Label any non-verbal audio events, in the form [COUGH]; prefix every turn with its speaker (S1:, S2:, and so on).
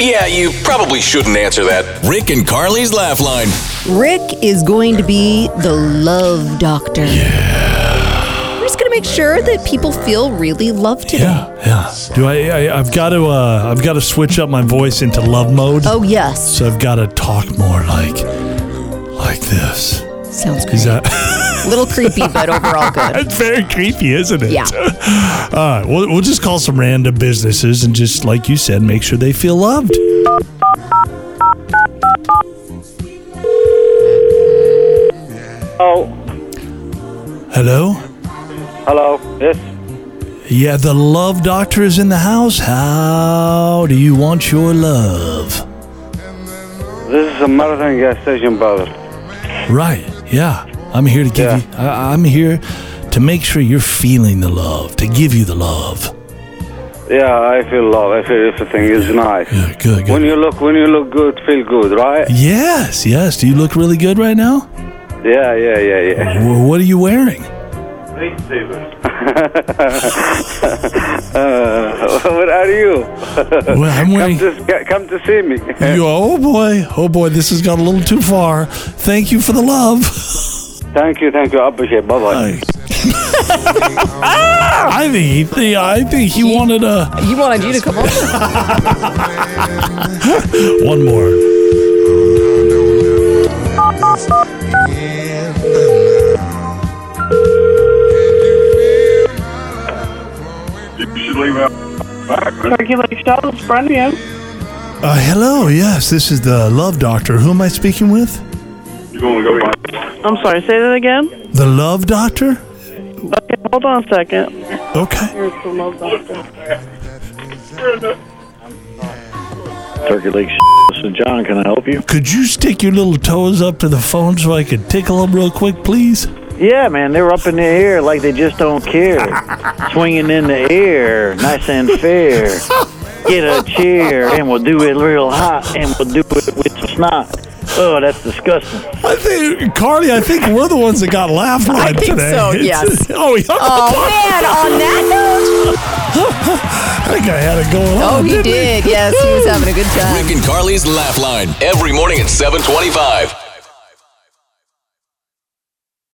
S1: Yeah, you probably shouldn't answer that.
S2: Rick and Carly's Laugh Line.
S3: Rick is going to be the love doctor. Yeah. We're just going to make sure that people feel really loved today.
S4: Yeah, yeah. Do I, I? I've got to. Uh, I've got to switch up my voice into love mode.
S3: Oh, yes.
S4: So I've got to talk more like, like this.
S3: Sounds
S4: Is
S3: great.
S4: that? [LAUGHS]
S3: Little creepy, but overall good.
S4: It's very creepy, isn't it?
S3: Yeah.
S4: [LAUGHS] All right. We'll, we'll just call some random businesses and just, like you said, make sure they feel loved.
S5: Oh,
S4: Hello.
S5: hello. Yes.
S4: Yeah, the love doctor is in the house. How do you want your love?
S5: This is a marathon gas station, brother.
S4: Right. Yeah. I'm here to give
S5: Yeah.
S4: you. I, I'm here to make sure you're feeling the love, to give you the love.
S5: Yeah, I feel love. I feel everything is nice.
S4: Yeah, good.
S5: When
S4: good.
S5: you look, when you look good, feel good, right?
S4: Yes. Yes. Do you look really good right now?
S5: Yeah, yeah, yeah, yeah. [LAUGHS]
S4: Wh- What are you wearing?
S5: Uh, where are you?
S4: Well, I'm
S5: Come
S4: wearing.
S5: to come to see me. [LAUGHS]
S4: You, oh boy, oh boy, this has gone a little too far. Thank you for the love.
S5: Thank you, thank you. I appreciate. Bye bye.
S4: I [LAUGHS] I think he, I think he wanted a
S3: [LAUGHS] He wanted you to come over.
S4: one more.
S6: regular show is brand new.
S4: Uh, hello, yes, this is the love doctor. Who am I speaking with?
S6: I'm sorry, say that again.
S4: The love doctor?
S6: Okay, hold on a second.
S4: Okay.
S6: Here's the love doctor.
S7: Turkey Lake. This is John. Can I help you?
S4: Could you stick your little toes up to the phone so I could tickle them real quick, please?
S7: Yeah, man, they're up in the air like they just don't care. Swinging in the air, nice and fair. Get a chair, and we'll do it real hot, and we'll do it with some snot. Oh, that's disgusting.
S4: I think Carly, I think we're the ones that got laugh line
S3: I think
S4: today.
S3: so,
S4: It's-
S3: yes.
S4: [LAUGHS] oh, yeah.
S3: Oh, man, on that note.
S4: I think I had it going
S3: Oh,
S4: on.
S3: he
S4: didn't I?
S3: did. Yes, he was having a good time.
S2: Rick and Carly's Laugh Line. Every morning at 725.